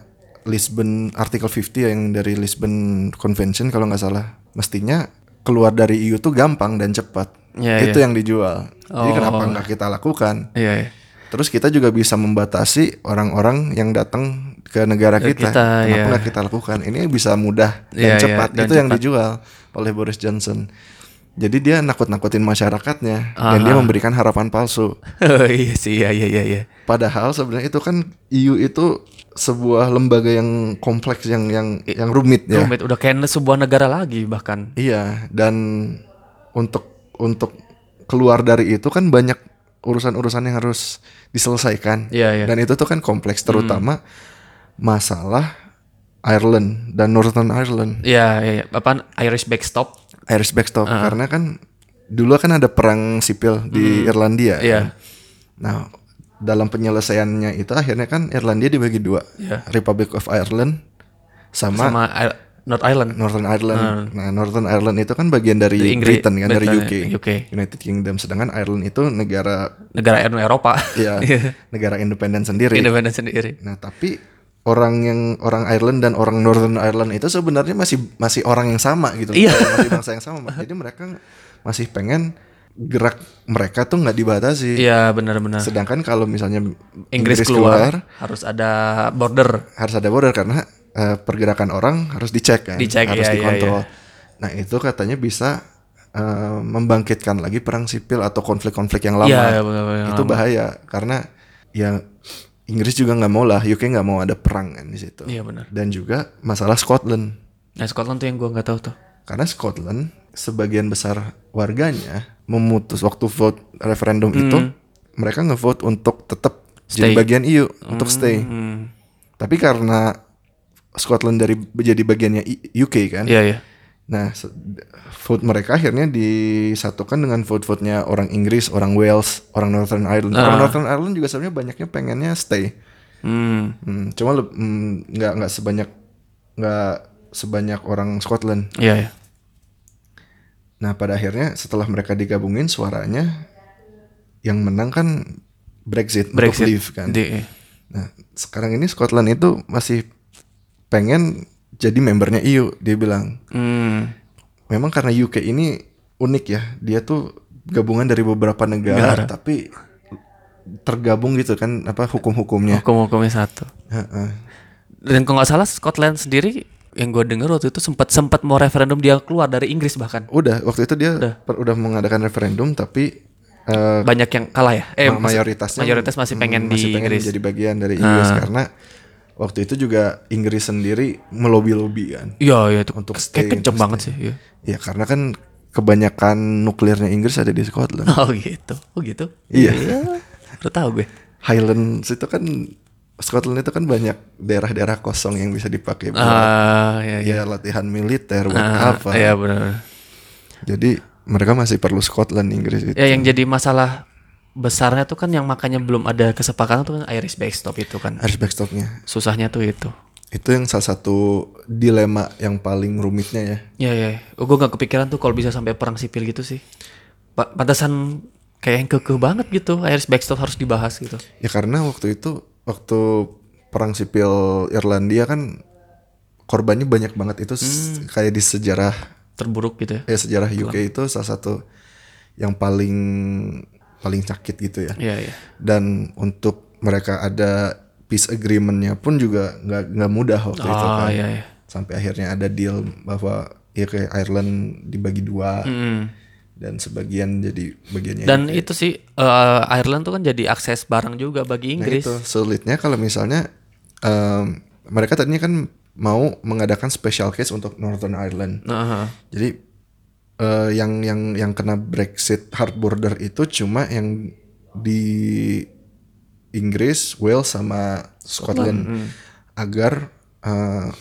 Lisbon Article 50 yang dari Lisbon Convention kalau nggak salah, mestinya keluar dari EU tuh gampang dan cepat. Iya, Oh. itu yang dijual. Jadi kenapa nggak kita lakukan? Iya, (laughs) iya. Terus kita juga bisa membatasi orang-orang yang datang ke negara Ke kita. kita, Kenapa ya. nggak kita lakukan? Ini bisa mudah dan Ya, ya, cepat. dan Itu yang dijual oleh Boris Johnson. Jadi dia nakut-nakutin masyarakatnya dan dia memberikan harapan palsu. iya sih, iya iya iya iya. Padahal sebenarnya itu kan EU itu sebuah lembaga yang kompleks yang yang yang rumit ya. Rumit, udah kayak sebuah negara lagi bahkan. Iya, dan untuk untuk keluar dari itu kan banyak urusan-urusan yang harus diselesaikan. Iya, Hmm. iya. Dan itu tuh kan kompleks terutama masalah Ireland dan Northern Ireland. Iya, iya, iya. Apaan? Irish backstop. Irish backstop karena kan dulu kan ada perang sipil di Irlandia. Iya. kan. Nah, dalam penyelesaiannya itu akhirnya kan Irlandia dibagi dua, Iya. Republic of Ireland sama, Sama Ir- North Island. Northern Ireland. Nah, Northern Ireland itu kan bagian dari Dari Inggris- Britain kan dari Britain, UK, UK. United Kingdom. Sedangkan Ireland itu negara Negara Uni Eropa. ya (laughs) negara independen sendiri. Iya. Independen sendiri. Nah, tapi orang yang orang Ireland dan orang Northern Ireland itu sebenarnya masih masih orang yang sama gitu. Iya. Masih bangsa yang sama. Jadi mereka masih pengen gerak mereka tuh nggak dibatasi. Iya, benar-benar. Sedangkan kalau misalnya Inggris, keluar, harus ada border. harus ada border karena eh, pergerakan orang harus dicek kan, Dicek, harus iya, iya, dikontrol. Nah itu katanya bisa eh, membangkitkan lagi perang sipil atau konflik-konflik yang lama. Iya, benar-benar. itu bahaya karena ya Inggris juga nggak mau lah, UK nggak mau ada perang kan di situ. Iya, benar. Dan juga masalah Scotland Nah, Scotland tuh yang gua nggak tahu tuh. karena Scotland sebagian besar warganya memutus waktu vote referendum itu mereka ngevote untuk tetap jadi Hmm. Stay. Hmm. bagian EU untuk stay. Tapi karena Scotland dari jadi bagiannya I- UK kan. Iya ya. Nah, se- vote mereka akhirnya disatukan dengan vote-vote-nya orang Inggris, orang Wales, orang Northern Ireland. Orang Ah. Northern Ireland juga sebenarnya banyaknya pengennya stay. Hmm. Hmm, cuma leb- hmm, nggak nggak sebanyak nggak sebanyak orang Scotland. Iya ya. Nah, pada akhirnya setelah mereka digabungin suaranya yang menang kan Brexit, Brexit. untuk leave kan. Di- iya. Nah, sekarang ini Scotland itu masih pengen jadi membernya EU, dia bilang. Hmm. memang karena UK ini unik ya. Dia tuh gabungan dari beberapa negara, tapi tergabung gitu kan apa hukum-hukumnya. Hukum-hukumnya satu. Heeh. Dan kalau nggak salah Scotland sendiri yang gue denger waktu itu sempat sempat mau referendum dia keluar dari Inggris bahkan Udah waktu itu dia Udah. per- udah mengadakan referendum tapi eh, banyak yang kalah ya eh ma- mayoritasnya mayoritas masih mm, pengen di masih pengen Inggris Ah. jadi bagian dari Inggris karena waktu itu juga Inggris sendiri melobi-lobi kan. iya iya itu Untuk stay, kayak kenceng untuk banget sih (laughs) iya. Ya karena kan kebanyakan nuklirnya Inggris ada di Scotland. oh gitu oh gitu Iya. baru tahu gue Highlands itu kan Scotland itu kan banyak daerah-daerah kosong yang bisa dipakai buat ah iya iya ya latihan militer buat Ah, apa iya benar jadi mereka masih perlu Scotland Inggris gitu. itu ya yang jadi masalah besarnya tuh kan yang makanya belum ada kesepakatan tuh kan Irish backstop itu kan harus backstopnya susahnya tuh itu itu yang salah satu dilema yang paling rumitnya ya ya ya gue gak kepikiran tuh kalau bisa sampai perang sipil gitu sih Pa- pantesan kayak yang kekeh banget gitu Irish backstop harus dibahas gitu ya karena waktu itu waktu perang sipil Irlandia kan korbannya banyak banget itu s- Hmm. kayak di sejarah terburuk gitu ya eh sejarah UK itu salah satu yang paling paling sakit gitu ya iya iya dan untuk mereka ada peace agreementnya pun juga nggak nggak mudah waktu itu ah kan iya iya sampai akhirnya ada deal bahwa ya kayak Ireland dibagi dua Mm. dan sebagian jadi bagiannya Dan itu sih eh, Ireland tuh kan jadi akses barang juga Nah, bagi Inggris. itu sulitnya kalau misalnya em, mereka tadinya kan mau mengadakan special case untuk Northern Ireland Nah, jadi eh, yang yang yang kena Brexit hard border itu cuma yang di Inggris Wales sama Scotland hmm. agar eh,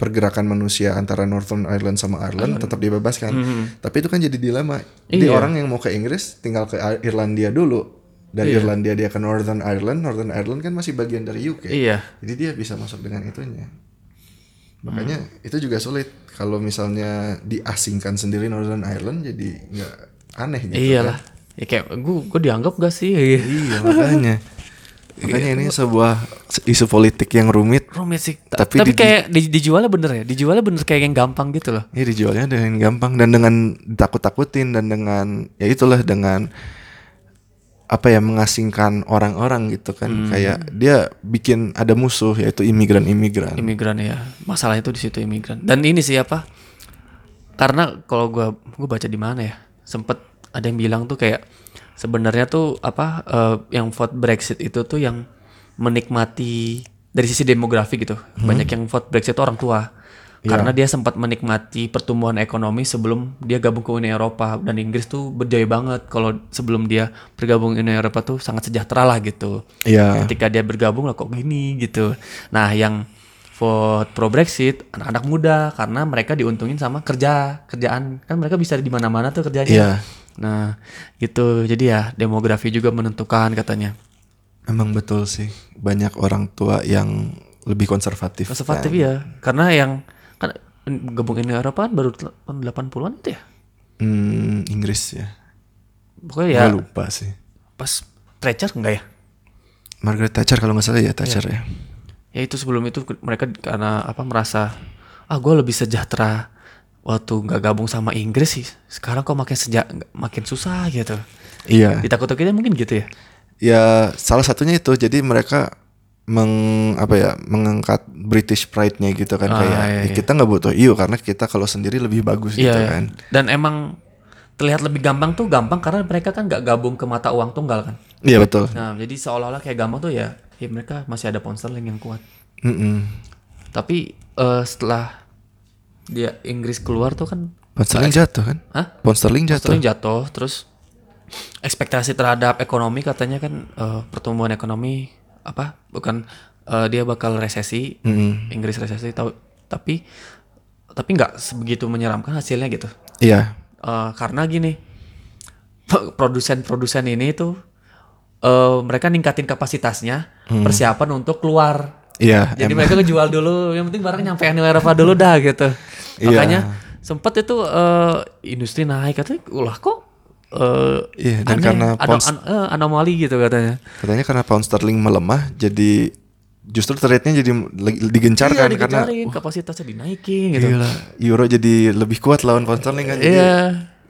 pergerakan manusia antara Northern Ireland sama Ireland tetap dibebaskan. Tapi itu kan jadi dilema. Jadi Hmm. Iya. orang yang mau ke Inggris tinggal ke Ir- Irlandia dulu. Dari Iya. Irlandia dia ke Northern Ireland. Northern Ireland kan masih bagian dari UK. Iya. Jadi dia bisa masuk dengan itunya. Makanya itu juga sulit kalau misalnya diasingkan sendiri Northern Ireland jadi nggak aneh gitu. Iyalah. Ya kayak gue gue dianggap gak sih? kan. Iya makanya. (laughs) Iya. makanya ini sebuah isu politik yang rumit. Rumit sih. Ta- Tapi Tapi, di- kayak di- dijualnya bener ya. Dijualnya bener kayak yang gampang gitu loh. Ini dijualnya dengan gampang dan dengan takut-takutin dan dengan ya itulah dengan apa ya mengasingkan orang-orang gitu kan kayak dia bikin ada musuh yaitu imigran-imigran. Imigran ya. Masalahnya tuh di situ imigran. Dan ini sih apa? Karena kalau gua gue baca di mana ya? Sempet ada yang bilang tuh kayak sebenarnya tuh apa eh, yang vote Brexit itu tuh yang menikmati dari sisi demografi gitu. Banyak yang vote Brexit tuh orang tua. Karena dia sempat menikmati pertumbuhan ekonomi sebelum dia gabung ke Uni Eropa dan Inggris tuh berjaya banget kalau sebelum dia bergabung Uni Eropa tuh sangat sejahtera lah gitu Iya. ketika dia bergabung lah kok gini gitu. Nah yang vote pro Brexit anak-anak muda karena mereka diuntungin sama kerja kerjaan kan mereka bisa di mana-mana tuh kerjanya. Iya. Nah gitu jadi ya demografi juga menentukan katanya. Emang betul sih banyak orang tua yang lebih konservatif. Konservatif kan. ya karena yang kan gabung Uni Eropa kan baru tahun 80-an itu ya. Hmm, Inggris ya. Pokoknya ya Gua lupa sih. pas Thatcher enggak ya? Margaret Thatcher kalau nggak salah ya Thatcher ya. ya itu sebelum itu ke- mereka karena apa merasa ah gue lebih sejahtera waktu nggak gabung sama Inggris sih sekarang kok makin sejak makin susah gitu Iya. ditakut-takutinnya mungkin gitu ya Ya salah satunya itu jadi mereka meng apa ya mengangkat British pride-nya gitu kan Ah, kayak iya, "Ya, iya. kita nggak butuh EU karena kita kalau sendiri lebih bagus iya gitu iya. kan. dan emang terlihat lebih gampang tuh gampang karena mereka kan nggak gabung ke mata uang tunggal kan Iya betul. nah jadi seolah-olah kayak gampang tuh ya ya mereka masih ada pound sterling yang kuat Mm-mm. tapi eh, setelah dia Inggris keluar tuh kan Pound sterling jatuh kan? Hah? Pound sterling jatuh. Sterling jatuh, terus ekspektasi terhadap ekonomi katanya kan eh, pertumbuhan ekonomi apa? Bukan eh, dia bakal resesi, Mm-mm. Inggris resesi, tau- tapi tapi nggak sebegitu menyeramkan hasilnya gitu. Iya. Eh, karena gini, produsen-produsen ini tuh eh, mereka ningkatin kapasitasnya, persiapan untuk keluar. Iya. Jadi em- mereka ngejual dulu, yang penting barang nyampe anu Eropa dulu dah gitu. Iya. Makanya sempat itu eh, industri naik katanya, ulah kok eh, Iya, dan aneh, karena ano- pounds- an- eh, anomali gitu katanya. Katanya karena pound sterling melemah jadi justru trade-nya jadi le- digencarkan iya, kan, karena dikejarin, kapasitasnya dinaikin gitu. gila, euro jadi lebih kuat lawan pound sterling kan jadi Iya,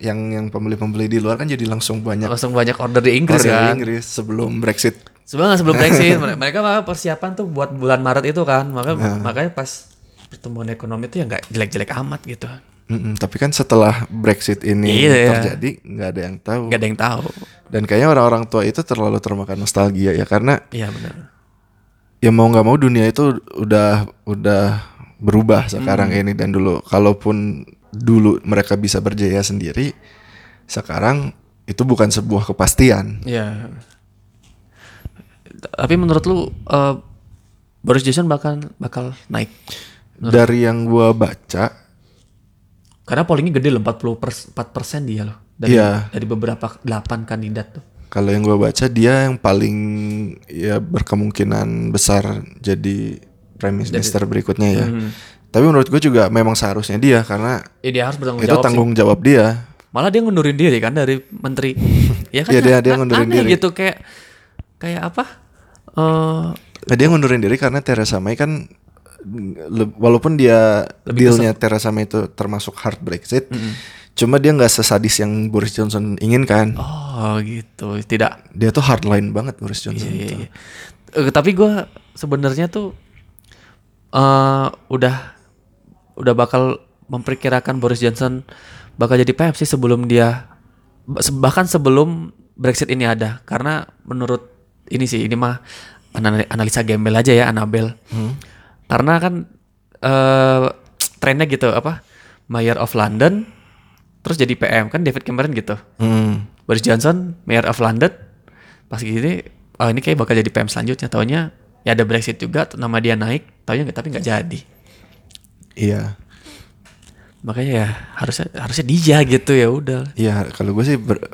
yang yang pembeli-pembeli di luar kan jadi langsung banyak langsung banyak order di Inggris orang kan. dari Inggris sebelum Brexit. Sebenarnya (laughs) sebelum Brexit mere- mereka malah persiapan tuh buat bulan Maret itu kan. Maka Iya. makanya pas pertumbuhan ekonomi itu ya nggak jelek-jelek amat gitu. Mm-mm, tapi kan setelah Brexit ini Iya, iya. terjadi nggak ada yang tahu Nggak ada yang tahu. dan kayaknya orang-orang tua itu terlalu termakan nostalgia ya karena Iya benar. ya mau nggak mau dunia itu udah udah berubah Hmm. sekarang ini dan dulu kalaupun dulu mereka bisa berjaya sendiri sekarang itu bukan sebuah kepastian Iya. Tapi menurut lu eh, Boris Johnson bakal bakal naik. dari yang gua baca Karena pollingnya gede loh 40 persen dia loh dari Iya. dari beberapa 8 kandidat tuh. kalau yang gua baca dia yang paling ya berkemungkinan besar jadi prime minister berikutnya ya Hmm. tapi menurut gue juga memang seharusnya dia karena Ya dia harus bertanggung itu jawab. sih. tanggung jawab dia Malah dia ngundurin diri kan dari (laughs) menteri. ya kan? Iya, dia- a- dia a- ngundurin aneh diri. gitu kayak kayak apa? Eh Nah, dia ngundurin diri karena Theresa May kan le- walaupun dia dealnya Theresa May itu termasuk hard Brexit, cuma dia nggak sesadis yang Boris Johnson inginkan. Oh gitu, tidak. Dia tuh hardline banget Boris Johnson. Iya, iya. Eh, tapi gua sebenarnya tuh eh udah udah bakal memperkirakan Boris Johnson bakal jadi PM sih sebelum dia bah- bahkan sebelum Brexit ini ada karena menurut ini sih ini mah anal- analisa gembel aja ya Anabel karena kan eh trennya gitu apa Mayor of London terus jadi PM kan David Cameron gitu Hmm. Boris Johnson, Mayor of London, pas gini, oh ini kayak bakal jadi PM selanjutnya. Taunya ya ada Brexit juga, t- nama dia naik, taunya nggak tapi nggak jadi. Iya. Makanya ya harusnya harusnya dia gitu ya udah. Iya, kalau gue sih ber-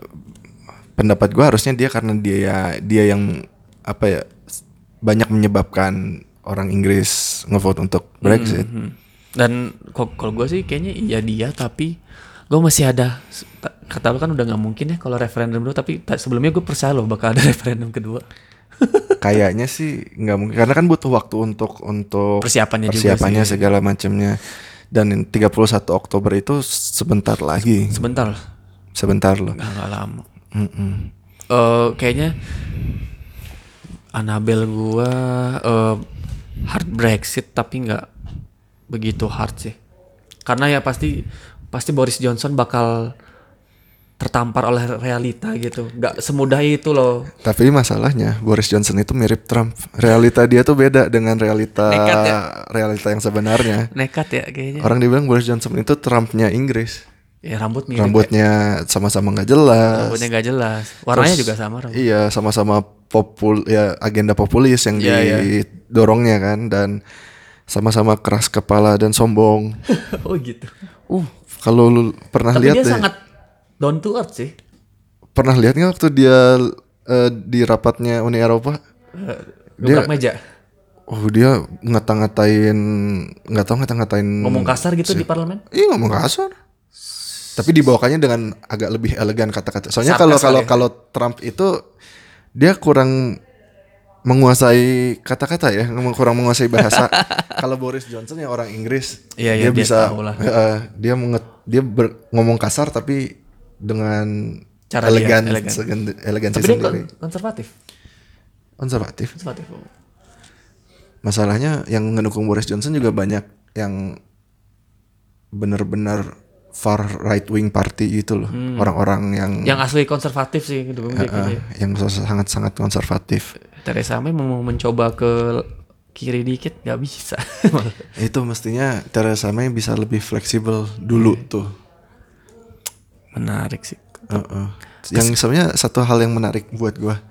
pendapat gue harusnya dia karena dia dia yang apa ya s- banyak menyebabkan orang Inggris ngevote untuk Brexit. Hmm. Dan ko- kalau gue sih kayaknya iya dia tapi gue masih ada s- ta- kata lu kan udah nggak mungkin ya kalau referendum dulu tapi ta- sebelumnya gue percaya loh bakal ada (laughs) referendum kedua Kayaknya sih nggak mungkin karena kan butuh waktu untuk untuk persiapannya, persiapannya juga sih. segala macamnya dan 31 Oktober itu sebentar lagi sebentar sebentar loh nggak nggak lama Mm-mm. eh kayaknya Anabel gua eh, hard Brexit tapi nggak begitu hard sih. Karena ya pasti pasti Boris Johnson bakal tertampar oleh realita gitu. Nggak semudah itu loh. tapi masalahnya Boris Johnson itu mirip Trump realita dia tuh beda dengan realita Nekat ya? realita yang sebenarnya Nekat ya kayaknya. orang dibilang Boris Johnson itu Trumpnya Inggris Ya rambut mirip. rambutnya sama-sama nggak jelas Rambutnya nggak jelas. Warnanya juga sama rambut. Iya, sama-sama popul ya agenda populis yang Iya, iya. didorongnya kan dan sama-sama keras kepala dan sombong. (laughs) oh gitu. Uh, kalau lu pernah Tapi Nah, lihat dia deh, sangat down to earth sih. pernah lihat nggak waktu dia eh, di rapatnya Uni Eropa? Eh, Gebrak meja. Oh dia ngata-ngatain, nggak tahu ngata-ngatain. Ngomong kasar gitu di parlemen. Iya ngomong kasar. Tapi dibawakannya dengan agak lebih elegan kata-kata. Soalnya kalau Sarkas kalau kali ya. kalau Trump itu dia kurang menguasai kata-kata ya, ngom- kurang menguasai (laughs) bahasa. kalau Boris Johnson yang orang Inggris, Iya, iya, dia dia bisa tahu lah. eh, dia menge- dia ber- ngomong kasar tapi dengan Cara dia, elegan, elegan. segen- elegansi Tapi dia sendiri. kon- konservatif. Konservatif. Konservatif. masalahnya yang ngedukung Boris Johnson juga banyak yang bener-bener far right wing party gitu loh orang-orang yang yang ya. asli konservatif sih gitu. dukung dia eh, kayaknya. yang sangat sangat konservatif Teresa May mau mencoba ke kiri dikit nggak bisa itu mestinya Theresa May bisa lebih fleksibel dulu tuh (laughs) menarik sih Heeh. Gitu. Yang sebenarnya satu hal yang menarik buat gua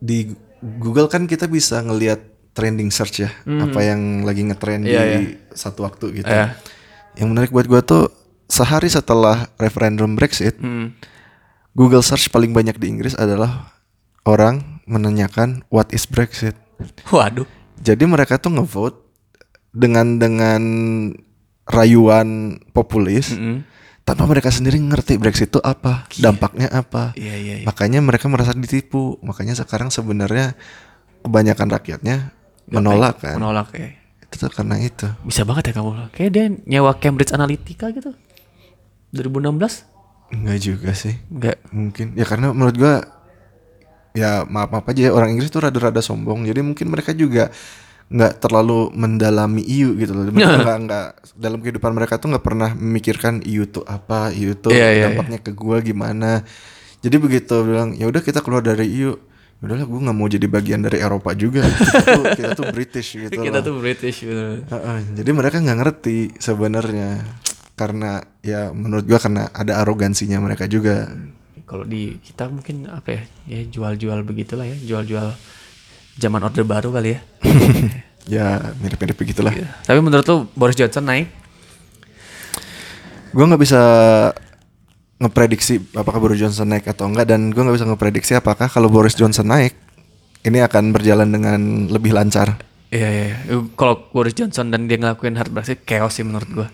di Google kan kita bisa ngelihat trending search ya, apa yang lagi ngetrend Hmm. Iya, di iya. satu waktu gitu. Iya. Yang menarik buat gua tuh sehari setelah referendum Brexit, Hmm. Google search paling banyak di Inggris adalah orang menanyakan what is Brexit. waduh Jadi mereka tuh ngevote dengan dengan rayuan populis Mm-mm. tanpa mereka sendiri ngerti Brexit itu apa, dampaknya apa. iya iya iya. Makanya mereka merasa ditipu. Makanya sekarang sebenarnya kebanyakan rakyatnya menolak kan. menolak ya Itu tuh karena itu. bisa banget ya kamu kayak dia nyewa Cambridge Analytica gitu 2016 Enggak juga sih. enggak Mungkin ya karena menurut gua ya maaf-maaf aja ya orang Inggris tuh rada-rada sombong. Jadi mungkin mereka juga nggak terlalu mendalami EU gitu loh. (laughs) Mereka nggak nggak dalam kehidupan mereka tuh nggak pernah memikirkan EU tuh apa, EU tuh Iya, iya, dampaknya ke gua gimana. Jadi begitu bilang ya udah kita keluar dari EU. Udahlah gua nggak mau jadi bagian dari Eropa juga. Kita (laughs) tuh, kita tuh British gitu. kita loh. tuh British gitu. Heeh, jadi mereka nggak ngerti sebenarnya karena ya menurut gua karena ada arogansinya mereka juga. kalau di kita mungkin apa ya ya jual-jual begitulah ya jual-jual zaman orde baru (laughs) kali ya Ya mirip-mirip begitulah. Iya. tapi menurut lu Boris Johnson naik Gua nggak bisa ngeprediksi apakah Boris Johnson naik atau enggak dan gua nggak bisa ngeprediksi apakah kalau Boris Johnson naik ini akan berjalan dengan lebih lancar. iya iya iya. kalau Boris Johnson dan dia ngelakuin hard Brexit chaos sih menurut (laughs) gua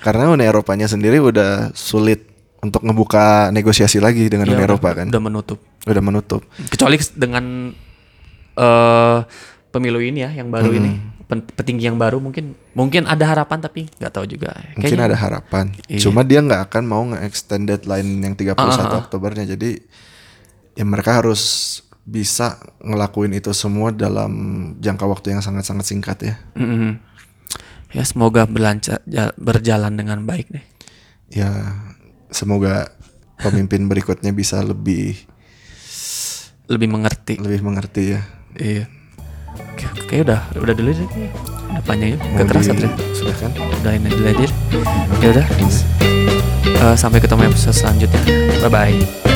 Karena Uni Eropanya sendiri udah sulit untuk ngebuka negosiasi lagi dengan Iya, Uni udah- Eropa kan. udah menutup Udah menutup. kecuali dengan eh pemilu ini ya yang baru ini Hmm. Pen- petinggi yang baru mungkin mungkin ada harapan tapi nggak tahu juga Mungkin ada harapan. Iya. Ah, Cuma dia nggak akan mau nge-extend deadline yang 31 Oktobernya. Jadi ya mereka harus bisa ngelakuin itu semua dalam jangka waktu yang sangat-sangat singkat ya. Mm-mm. ya semoga berlancar ja- berjalan dengan baik deh Ya semoga pemimpin berikutnya bisa lebih lebih mengerti lebih mengerti ya. Iya. Oke, oke, udah udah dulu deh. kayaknya. Udah panjang ya. Mau Gak terasa di- Trin. Sudah kan? Udahin aja dulu aja. Ya udah. Eh, sampai ketemu episode selanjutnya. Bye bye.